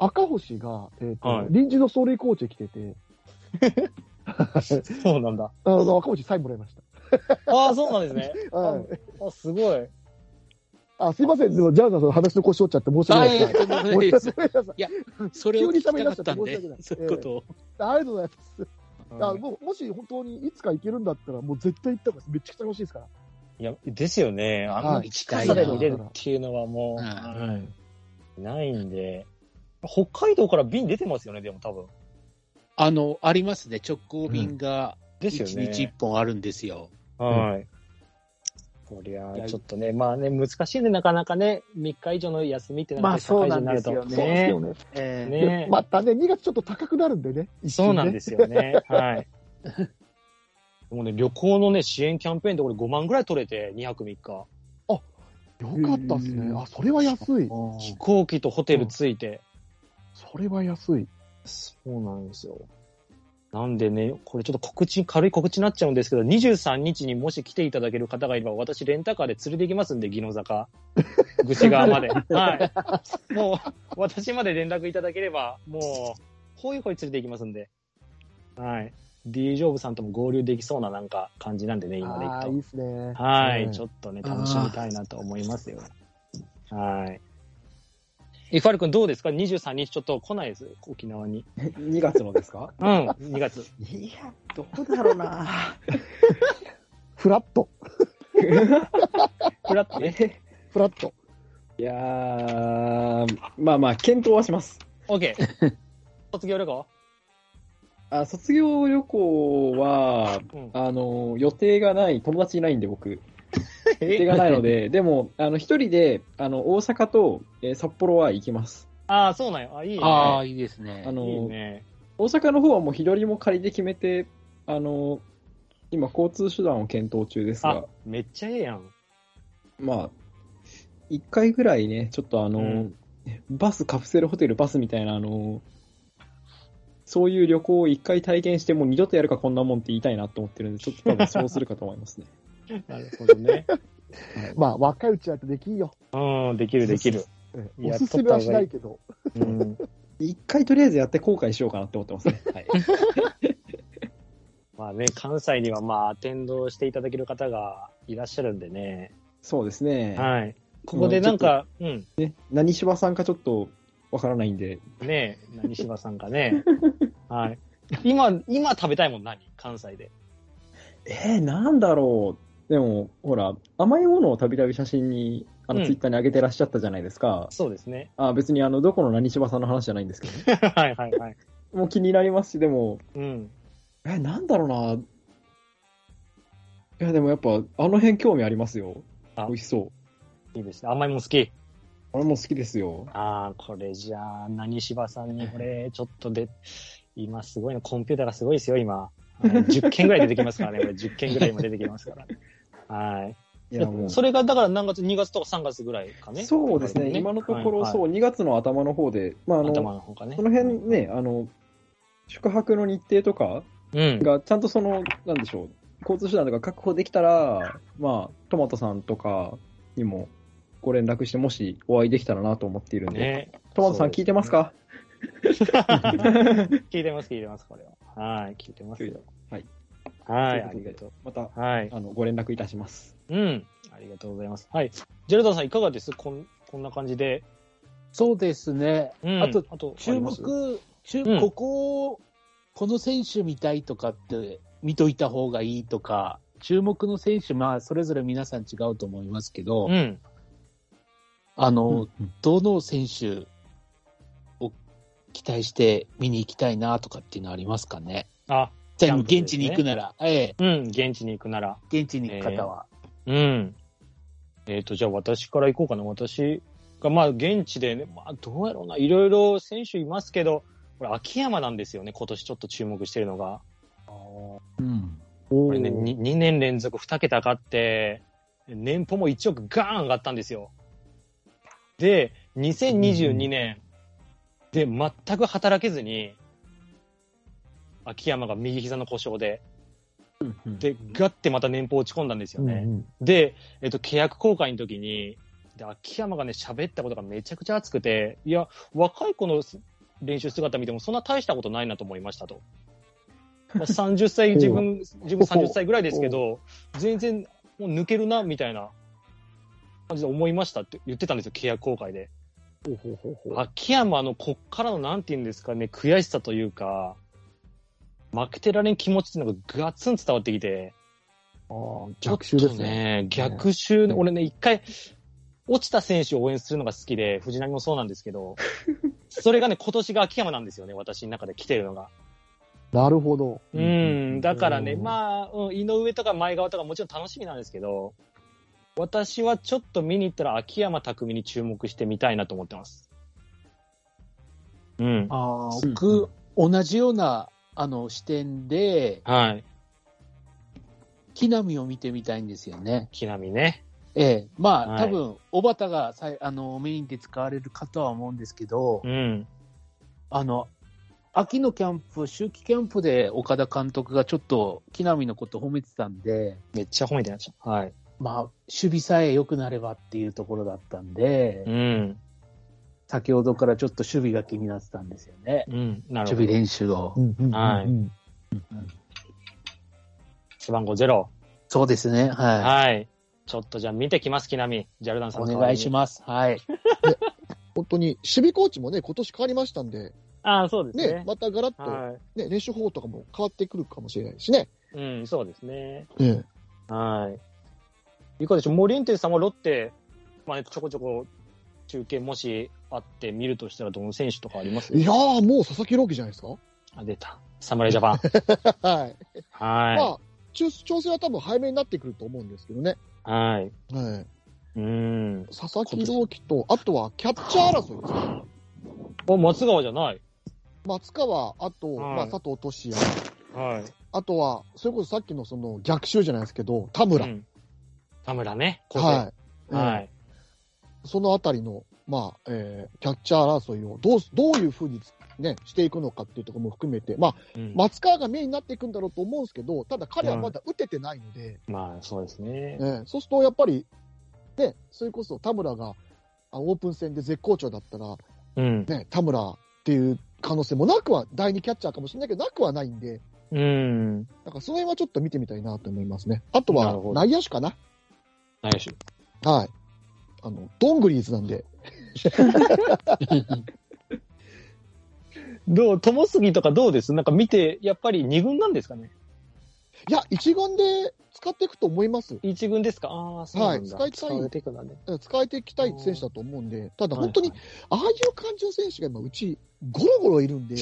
赤星が、えっ、と、はい臨時の走塁コーチ来てて、そうなんだ。あの、赤星サインもらいましああ、そうなんです (laughs) ね。た。はい。あ、すごい。あ、すいません、でも、ジャーナーさんの話の腰折っちゃって申し訳ないい。です。とんでもない申しです。訳ないですそれを聞きたかったんで急に喋り出しちゃって申し訳な、いそういうことを。ありがとうございます。あうんもうもし本当にいつか行けるんだったら、もう絶対行った方がめっちゃくちゃ楽しいですから。いや、ですよね。あんまり近さはいで見れるっていうのはもう、ははいないんで。北海道から便出てますよね、でも多分。あの、ありますね。直行便がです1よね。日1本あるんですよ。はい。こりゃ、ちょっとね、まあね、難しいね、なかなかね、3日以上の休みってなるとまあそうなん社会です人よにね。なるとね。ねえーでねまたね、2月ちょっと高くなるんでね。そうなんですよね。 (laughs) はい。もうね、旅行のね、支援キャンペーンでこれ5万ぐらい取れて、2泊3日。よかったですね。あ、それは安い。飛行機とホテルついて。それは安い。そうなんですよ。なんでね、これちょっと告知、軽い告知になっちゃうんですけど、23日にもし来ていただける方がいれば、私、レンタカーで連れて行きますんで、宜野坂、愚痴側 (laughs) まで。はい。もう、私まで連絡いただければ、もう、ほいほい連れて行きますんで。はい。D ジョブさんとも合流できそうななんか感じなんでね、今で行あくあ、といい。ですね。はい、うんちょっとね、楽しみたいなと思いますよ。はい。え、ファル君どうですか ?23 日ちょっと来ないです、沖縄に。 2月のですかうん、2月。いや、どうだろうな。フラット。フラットね。えフラット。 (laughs) いやー、まあまあ、検討はします。 OK。卒 (laughs) 業旅行あ卒業旅行は、うん。あの、予定がない、友達いないんで僕、予定がないの (laughs) で、でも、あの、一人で、あの、大阪と、えー札幌は行きます。ああ、そうなんよ。あ、いいね。ああ、いいですねあ。の、いいね。大阪の方はもう日取りも仮で決めて、あの、今、交通手段を検討中ですあが、、めっちゃええやん。まあ、一回ぐらいね、ちょっとあの、うんバス、カプセルホテル、バスみたいな、あの、そういう旅行を一回体験して、もう二度とやるかこんなもんって言いたいなと思ってるんで、ちょっと多分そうするかと思いますね。なるほどね。まあ、若いうちだとできんよ。うん、できるできる。えいやおすすめはしないけど。 (laughs) うん。 (laughs) 一回とりあえずやって後悔しようかなって思ってますね。はい。まあね、関西にはまあ、アテンドしていただける方がいらっしゃるんでね。 (laughs) そうですね。はい。ここでなんか、うん。何しばさんかちょっとわからないんで、ねえ、何柴さんか (laughs) ね。はい。今、今食べたいもん何関西で。えー、なんだろう。でも、ほら、甘いものをたびたび写真に、あうの、んツイッターに上げてらっしゃったじゃないですか。そうですね。あ別に、あの、どこの何柴さんの話じゃないんですけど、ね、 (laughs) はいはいはい。もう気になりますし、でも、うん。えー、なんだろうな。いや、でもやっぱ、あの辺興味ありますよ。あ美味しそう。いいですね。甘いもん好き。俺も好きですよ。ああ、これじゃあ、何柴さんにこれ、ちょっとで、今すごいの、コンピューターがすごいですよ、今。はい10件ぐ (laughs) らい出てきますからね、これ10件ぐらい今出てきますから。はい。いや、もう。それがだから何月、2月とか3月ぐらいかね。そうですね、今のところ、はいはいそう、2月の頭の方で、まあ、あの、頭の方がね。その辺ね、あの、宿泊の日程とかうん。が、ちゃんとその、なんでしょう、交通手段とか確保できたら、まあ、トマトさんとかにもご連絡して、もしお会いできたらなと思っているんで、 (laughs) ね。トマトさんそうですね聞いてますか聞いてます、聞いてます、これは。はい、聞いてますよ。はい。 (laughs) はい、あといりうこがととう。また、はい。あの、ご連絡いたします。うん。ありがとうございます。はい。ジェルダンさん、いかがですこん、こんな感じで。そうですね。うんあと、あと、注あ目り、注うんここを、この選手見たいとかって、見といた方がいいとか、注目の選手、まあ、それぞれ皆さん違うと思いますけど、うん。あうの、んうんどの選手を期待して見に行きたいなとかっていうのありますかね。あ、じキャゃあンプで現す地ねに行くなら、ええ、うん、現地に行くなら。現地に行く方は。うん。えっ、と、じゃあ私から行こうかな。私が、まあ、現地でね、まあ、どうやろうな。いろいろ選手いますけど、これ、秋山なんですよね。今年ちょっと注目してるのが。うん。これね、2, 年連続2桁上がって、年俸も1億ガーン上がったんですよ。で、2022年、で、全く働けずに、秋山が右膝の故障で、で、ガッてまた年俸落ち込んだんですよね。で、えっと、契約更改の時に、で、秋山がね、喋ったことがめちゃくちゃ熱くて、いや、若い子のす練習姿見てもそんな大したことないなと思いましたと。まあ、30歳、自分、自分30歳ぐらいですけど、全然もう抜けるな、みたいな感じで思いましたって言ってたんですよ、契約更改で。秋山のこっからの、なんて言うんですかね、悔しさというか、負けてられん気持ちっていうのがガツン伝わってきて、ああ、逆襲ですね。ね。逆襲ね、俺ね、一回、落ちた選手を応援するのが好きで、藤波もそうなんですけど、それがね、今年が秋山なんですよね、私の中で来てるのが。なるほど。うん、だからね、まあ、うん、井上とか前川とかもちろん楽しみなんですけど、私はちょっと見に行ったら秋山拓実に注目してみたいなと思ってます。うん。ああ、うん僕、同じような、あの、視点で、はい。木浪を見てみたいんですよね。木並ね。ええ、まあ、はい多分、小畑がさいあのメインで使われるかとは思うんですけど、うん。あの、秋のキャンプ、秋季キャンプで岡田監督がちょっと木浪のこと褒めてたんで、めっちゃ褒めてなっちゃう。はい。まあ、守備さえ良くなればっていうところだったんで、うん。先ほどからちょっと守備が気になってたんですよね。うん。なる守ほ備ど。練習を。はい。背番号ゼロ。そうですね。ははい。ちょっとじゃあ見てきます、木並。ジャルダンい。さんお願いします。はい。本当に、守備コーチもね、今年変わりましたんで、す。ああ、そうですね。ね、またガラッと、はね、練習方法とかも変わってくるかもしれないしね。い。うん、そうですね。えはい。いかがでしょうモリエンテスさんはロッテ、まあね、ちょこちょこ中継もしあって見るとしたらどの選手とかありますえいやー、もう佐々木朗希じゃないですか。 (laughs) あ、出た。侍ジャパ (laughs) ン。はい。はまあ、調調整は多分早めになってくると思うんですけどね。い。はい。はい。うん。佐々木朗希と、あとはキャッチャー争いですね。お、松川じゃない。松川、あと、はいまあ、佐藤俊也、はい。あとは、それこそさっきのその逆襲じゃないですけど、田村。うん田村ね。はい。いはうんい。そのあたりの、まあ、えーキャッチャー争いをどうす、どういうふうにね、していくのかっていうところも含めて、まあ、うん松川がメインになっていくんだろうと思うんですけど、ただ彼はまだ打ててないので、まあ、そうですねえ。ーそうするとやっぱり、ね、それこそ田村が、あオープン戦で絶好調だったら、うん。ね、田村っていう可能性もなくは、第二キャッチャーかもしれないけど、なくはないんで、うん。だからその辺はちょっと見てみたいなと思いますね。あとなはるほど内野手かな。何でしょはい。あの、ドングリーズなんで、どう、ともすぎとかどうですなんか見て、やっぱり二軍なんですかねいや、一軍で使っていくと思います。一軍ですかああ、そうなんだ。はい使いたい使われていくんだね。使えていきたい選手だと思うんで、ただ本当にはい、ああいう感じの選手が今、うち、ゴロゴロいるんで、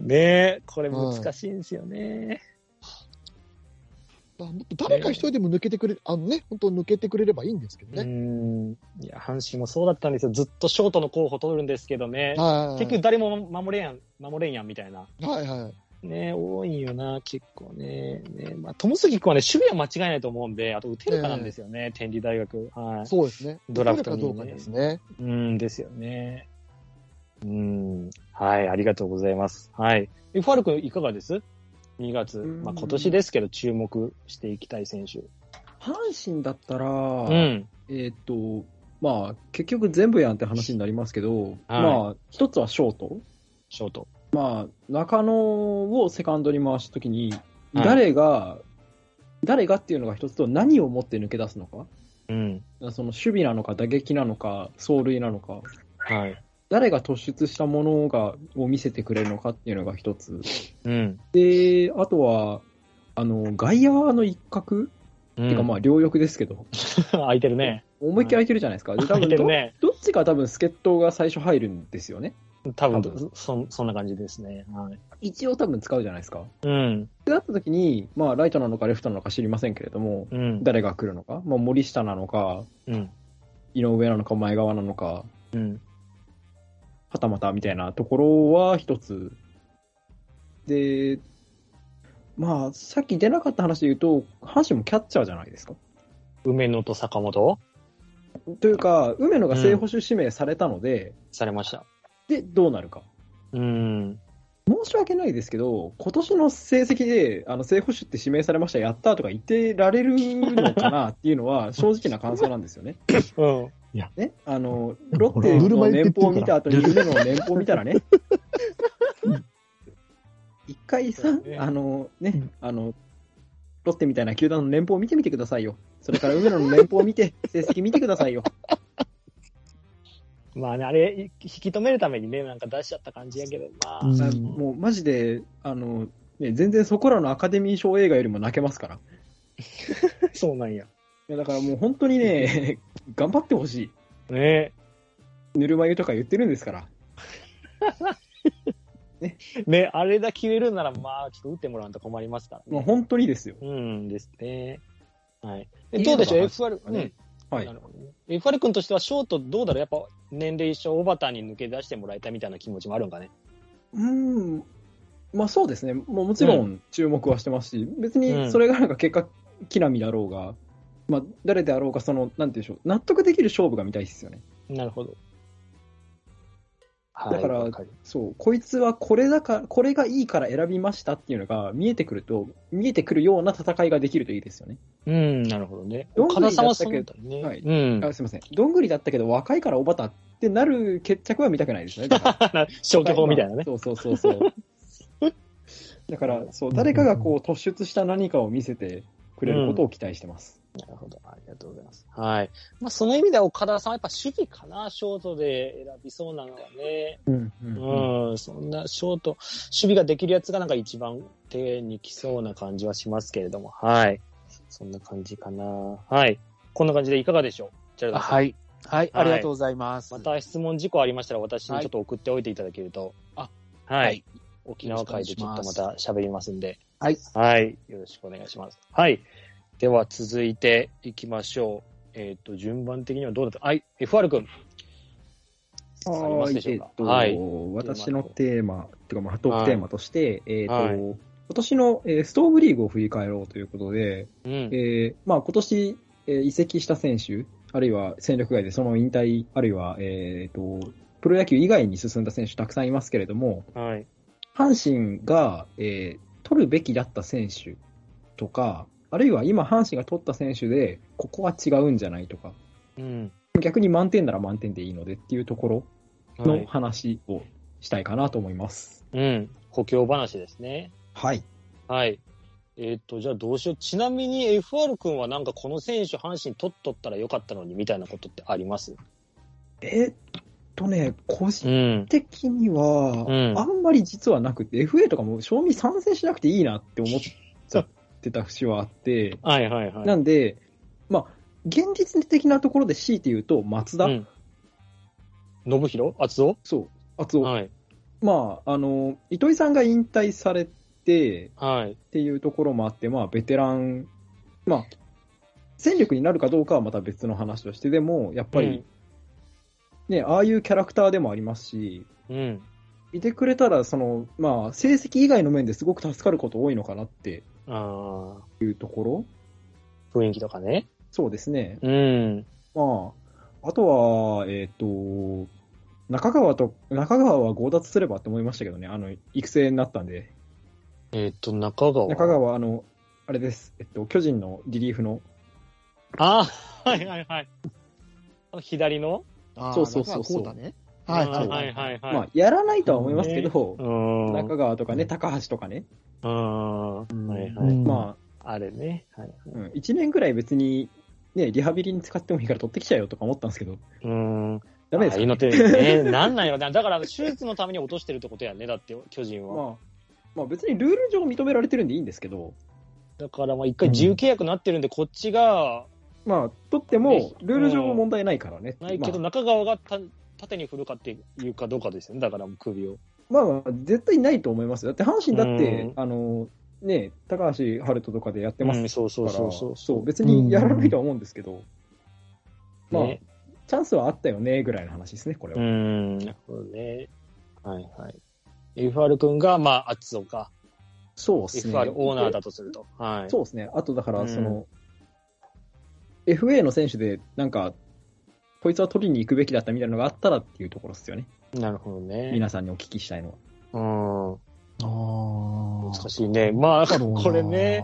ねえ、これ難しいんですよね。まあもっと誰か一人でも抜けてくれ、あのね、本当抜けてくれればいいんですけどうね。ん。いや、阪神もそうだったんですよ。ずっとショートの候補取るんですけどね。はい。結局誰も守れんやん、守れんやんみたいな。はいはい。ね多いんよな、結構ね。ねまあ、友杉君はね、守備は間違いないと思うんで、あと打てるかなんですよね、天理大学。はい。そうですね。ドラフトにどうかですね。うん、ですよね。うん。はい、ありがとうございます。はい。え、ファル君いかがです ?2 月。うんまあ、今年ですけど、注目していきたい選手。阪神だったら、うん。えーっと、まあ、結局全部やんって話になりますけど、まあ、一つはショート。ショート。まあ、中野をセカンドに回したときに、はい誰が、誰がっていうのが一つと、何を持って抜け出すのか。うん。その守備なのか、打撃なのか、走塁なのか、はい。誰が突出したものがを見せてくれるのかっていうのが一つ。うん。で、あとは、あの、外野の一角、うんてかまあ、両翼ですけど、 (laughs) 空いてるね。思いっきり空いてるじゃないですか。で多空い分てどるね。どっちか多分助っ人が最初入るんですよね。多分多分そ、そんな感じですね。はい。一応多分使うじゃないですか。うん。ってなった時に、まあ、ライトなのかレフトなのか知りませんけれども、うん。誰が来るのか、まあ、森下なのか、うん。井上なのか、前川なのか、うん。はたまたみたいなところは一つ。で、まあ、さっき出なかった話で言うと、阪神もキャッチャーじゃないですか。梅野と坂本というか、梅野が正捕手指名されたので、されました。で、どうなるか。うん。申し訳ないですけど、今年の成績で、あの、正捕手って指名されました、やったとか言ってられるのかなっていうの (laughs) は、正直な感想なんですよね。うん。ね、あの、ロッテブルのマ言って年俸を見るからた後に、夢の年俸を見たら (laughs) ね、一回さそう、ねあの、うねん、あの、ロッテみたいな球団の年俸を見てみてくださいよ。それから梅野の年俸を見 (laughs) て、成績見てくださいよ。まあね、あれ、い引き止めるためにね、なんか出しちゃった感じやけど、まあ。うんあもう、マジで、あの、ね、全然そこらのアカデミー賞映画よりも泣けますから。いそうなんや。やだからもう本当にね、 (laughs) 頑張ってほしねい。ぬるま湯とか言ってるんですから。ね、あれだけ言えるなら、まあ、ちょっと打ってもらわんと困りますからもうね。本当にですよ。うんですね。はい。いえいどうでしょう、のが FR、かねうはん。いな。るほどね。FR 君としては、ショートどうだろうやっぱ、年齢一緒、オバターに抜け出してもらいたいみたいな気持ちもあるんかね。うん、まあそうですね、もうもちろうん注目はしてますし、別うんにそれがなんか結果、木並だろうが、まあ、誰であろうか、その、なんていうんでしょう、納得できる勝負が見たいですよね。なるほど。はい。だからわりそう、こいつはこれだか、これがいいから選びましたっていうのが見えてくると、見えてくるような戦いができるといいですよね。うん、なるほどね。どんぐ岡田りさんだはったそうだけったね。はいうん。あすみません、どんぐりだったけど、若いからおばたってなる決着は見たくないですね。だから (laughs) 消去法みたいなね。そうそうそうそう。 (laughs) だから、そう、誰かがこう突出した何かを見せてくれることを期待してます。なるほど。ありがとうございます。はい。まあ、その意味では岡田さんはやっぱ守備かな、ショートで選びそうなのはね。うん。うん、そんなショート、守備ができるやつがなんか一番手に来そうな感じはしますけれども、はい。そんな感じかな。はい。こんな感じでいかがでしょうジェラルドさん (laughs) はい。はい、ありがとうございます。また質問事項ありましたら私にちょっと送っておいていただけると。はいあ、はい。はい沖縄会でちょっとまた喋りますんで。はい。はい。よろしくお願いします。はい。では続いていきましょう。えっ、と、順番的にはどうだったはい。FR 君。ありますでしょうかえっと、はい私のテーマ、てかまあ、トークテーマとして、えっと、はい今年の、えーストーブリーグを振り返ろうということで、うえん。ーまあ、今年、えー移籍した選手、あるいは戦力外でその引退、あるいは、えーと、プロ野球以外に進んだ選手たくさんいますけれども、はい。阪神が、えー取るべきだった選手とか、あるいは今、阪神が取った選手で、ここは違うんじゃないとか、うん。逆に満点なら満点でいいのでっていうところはのい、話をしたいかなと思います。うん。補強話ですね。はい。はい。えっ、と、じゃあどうしよう。ちなみに FR 君はなんかこの選手、阪神取っとったらよかったのにみたいなことってありますえっとね、個う人ん。的には、うんあんまり実はなくて、FA とかも賞味参戦しなくていいなって思っちゃってた節はあって、はいはいはい。なんで、まあ、現実的なところで強いて言うと、松田、うん。信弘厚夫そう、厚尾、はい。まあ、あの、糸井さんが引退されて、はい。っていうところもあって、まあ、ベテラン、まあ、戦力になるかどうかはまた別の話として、でも、やっぱり、ね、ああいうキャラクターでもありますし、うん。うん。いてくれたら、その、まあ、成績以外の面ですごく助かること多いのかなってあいうところあ、雰囲気とかね。そうですね。うん。まあ、あとは、えっ、と、中川と、中川は強奪すればって思いましたけどね、あの、育成になったんで、えっと、中川。中。川、あの、あれです、えっと、巨人のリリーフの、ああ、はいはいはい。左のあーそうそうそうそうだからこうだね。はいははいいは。はいいはい。まあ、やらないとは思いますけど、うん。中川とかね、高橋とかね、うん。はいはうい。んまあれね。はい。あ、うん、1年ぐらい別に、ね、リハビリに使ってもいいから取ってきちゃえよとか思ったんですけど、うん。ダメですあかあいうのって、ね、 (laughs) なんなんやろな。だから、手術のために落としてるってことやね。だって、巨人は。まあ、まあ別にルール上認められてるんでいいんですけど、だから、まあ、一回自由契約になってるんで、こっちが、まあ、取ってねも、ルール上問題ないからね。ないけど、まあ、中川がた縦に振るかっていうかどうかですよね。だから、首を。まあまあ、絶対ないと思いますよだって阪神だって、うんあの、ね、高橋春人とかでやってまうすかん、ら、そうそうそうそう。そう別にやらないとは思うんですけど、まあ、ねチャンスはあったよね、ぐらいの話ですね、これうは。ん。なるほどね。はいはい。FR 君が、まあ、厚尾か。そうですね。 FR オーナーだとすると。はい。そうですね。あとだかうら、んその、FA の選手で、なんか、こいつは取りに行くべきだったみたいなのがあったらっていうところですよね。なるほどね。皆さんにお聞きしたいのは。うん。あー難しいね。まあ、だろうなこれね、。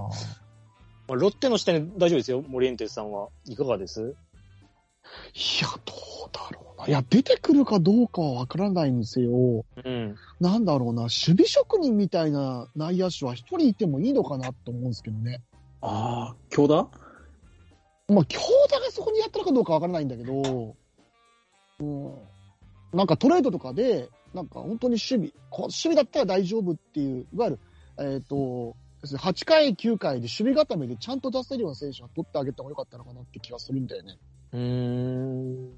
まあロッテの視点大丈夫ですよ。モリエンテスさんは。いかがですいや、どうだろうな。いや、出てくるかどうかはわからないにせよ、うん。なんだろうな、守備職人みたいな内野手は一人いてもいいのかなと思うんですけどね。ああ、京田まあ、強打がそこにやってるかどうかわからないんだけど、うん、なんかトレードとかで、なんか本当に守備、こ守備だったら大丈夫っていう、いわゆる、えっ、と、8回、9回で守備固めでちゃんと出せるような選手は取ってあげた方が良かったのかなって気がするんだよね。うーん。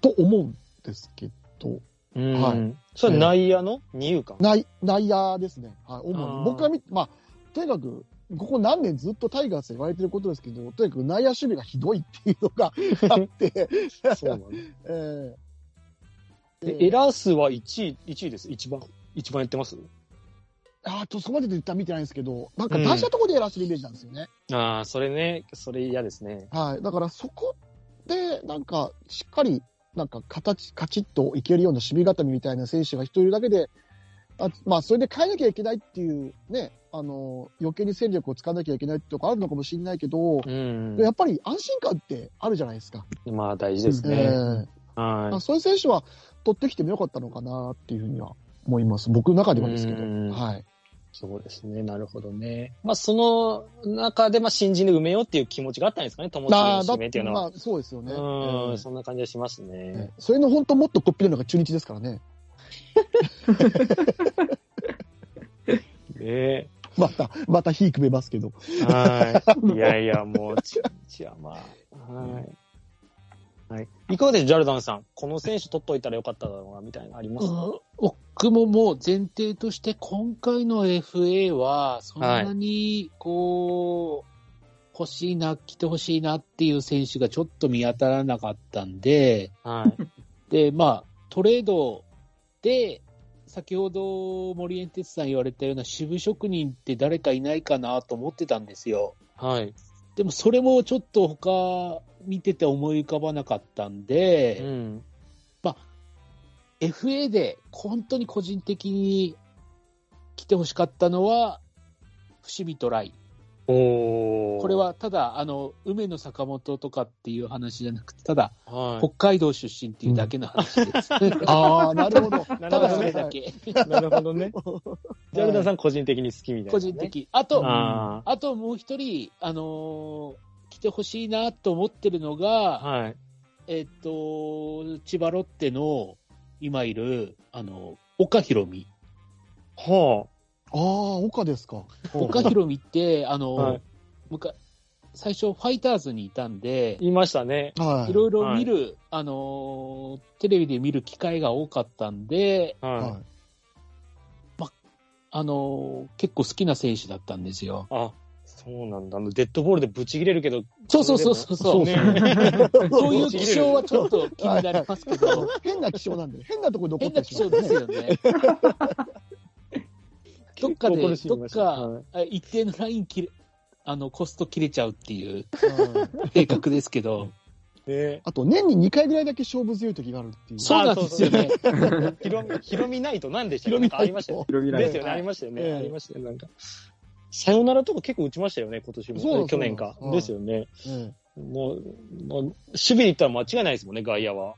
と思うんですけど、うんはい。それは内野の二遊 (laughs) 間。内内野ですね、はい、あ主ーに。僕は見、まあ、とにかく、ここ何年ずっとタイガースで言われてることですけど、とにかく内野守備がひどいっていうのがあって、 (laughs) そうなの。えーでエラー数は1位、一位です。一番。一番やってますあーとそこまでで言ったら見てないんですけど、なんかうん大事なとこでやらせてるイメージなんですよね。ああ、それね、それ嫌ですね。はい。だからそこで、なんか、しっかり、なんか、形、カチッといけるような守備固めみたいな選手が一人いるだけで、あまあ、それで変えなきゃいけないっていう、ね、あの、余計に戦力を使わなきゃいけないってとこあるのかもしれないけど、うん。やっぱり安心感ってあるじゃないですか。まあ、大事ですえね。ーはあそういう選手は取ってきてもよかったのかなっていうふうには思います。僕の中ではですけど。うんはい。い。そうですね。なるほど (laughs) ね。 (laughs) まあ、その中で、まあ、新人で埋めようっていう気持ちがあったんですかね。友達まのあ、だ指っ名っていうて、のまは。あ、そうですよね。うえん、ーそんな感じがしますね。それの本当もっとこっぴれのが中日ですからね。ねまた、また火くべます (laughs) けど。はい。いやいや、もう、ちちはまあ。はい。はい。いかがでしょう、ジャルダンさん。この選手取っといたらよかっただろうな、みたいなのありますうん僕ももう前提として今回の FA はそんなにこう、欲しいな、来て欲しいなっていう選手がちょっと見当たらなかったんで、はい。で、まあトレードで先ほど森エンテツさん言われたような守備職人って誰かいないかなと思ってたんですよ。はい。でもそれもちょっと他見てて思い浮かばなかったんで、うん。 FA で本当に個人的に来てほしかったのは、伏見トライ。おーこれ、はただ、あの、梅の坂本とかっていう話じゃなくて、ただ、は北海道出身っていうだけの話です。 (laughs) ああ、なるほど。な (laughs) たるほどねだそれだけ。い。なるほどね。ジャルダンさん、個人的に好きみたいなね。個人的。あと、ああともう一人、あのー来てほしいなと思ってるのが、あ。はい。えっと、千葉ロッテの今いる、あの、岡博美。はああ、岡ですか。岡博美って、あ (laughs) の、はいむか最初ファイターズにいたんであ、、いましたね。はい。いろいろ見る、あのー、テレビで見る機会が多かったんで、は。はいいあのー、結構好きな選手だったんですよ。あ、そうなんだ。あのデッドボールでブチ切れるけど、そうそうそうそうそう。ねそういう気象はちょっと気になりますけど、い。変な気象なんで、変なところで起こ変ってな気しま象う。ですよね。どっか結構で、ど苦っしみましたかはいあ一定のライン切れ、あの、コスト切れちゃうっていううん性格ですけど、ね。 (laughs) あと、年に2回ぐらいだけ勝負強い時があるっていう。そうなんですよね。ひろみ、ひろみないと何でしたっけな広見んかありましたよね。広げられでするよね、ありましたよね。ええありましたよ、なんか。さよならとか結構打ちましたよね、今年そうそも。う去年か。うんですよね。ええもう、もう守備で言ったら間違いないですもんね、外野は。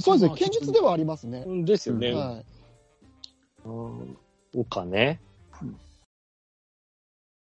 そうですまね。あ堅実ではありますねう。んですよね。は岡ね。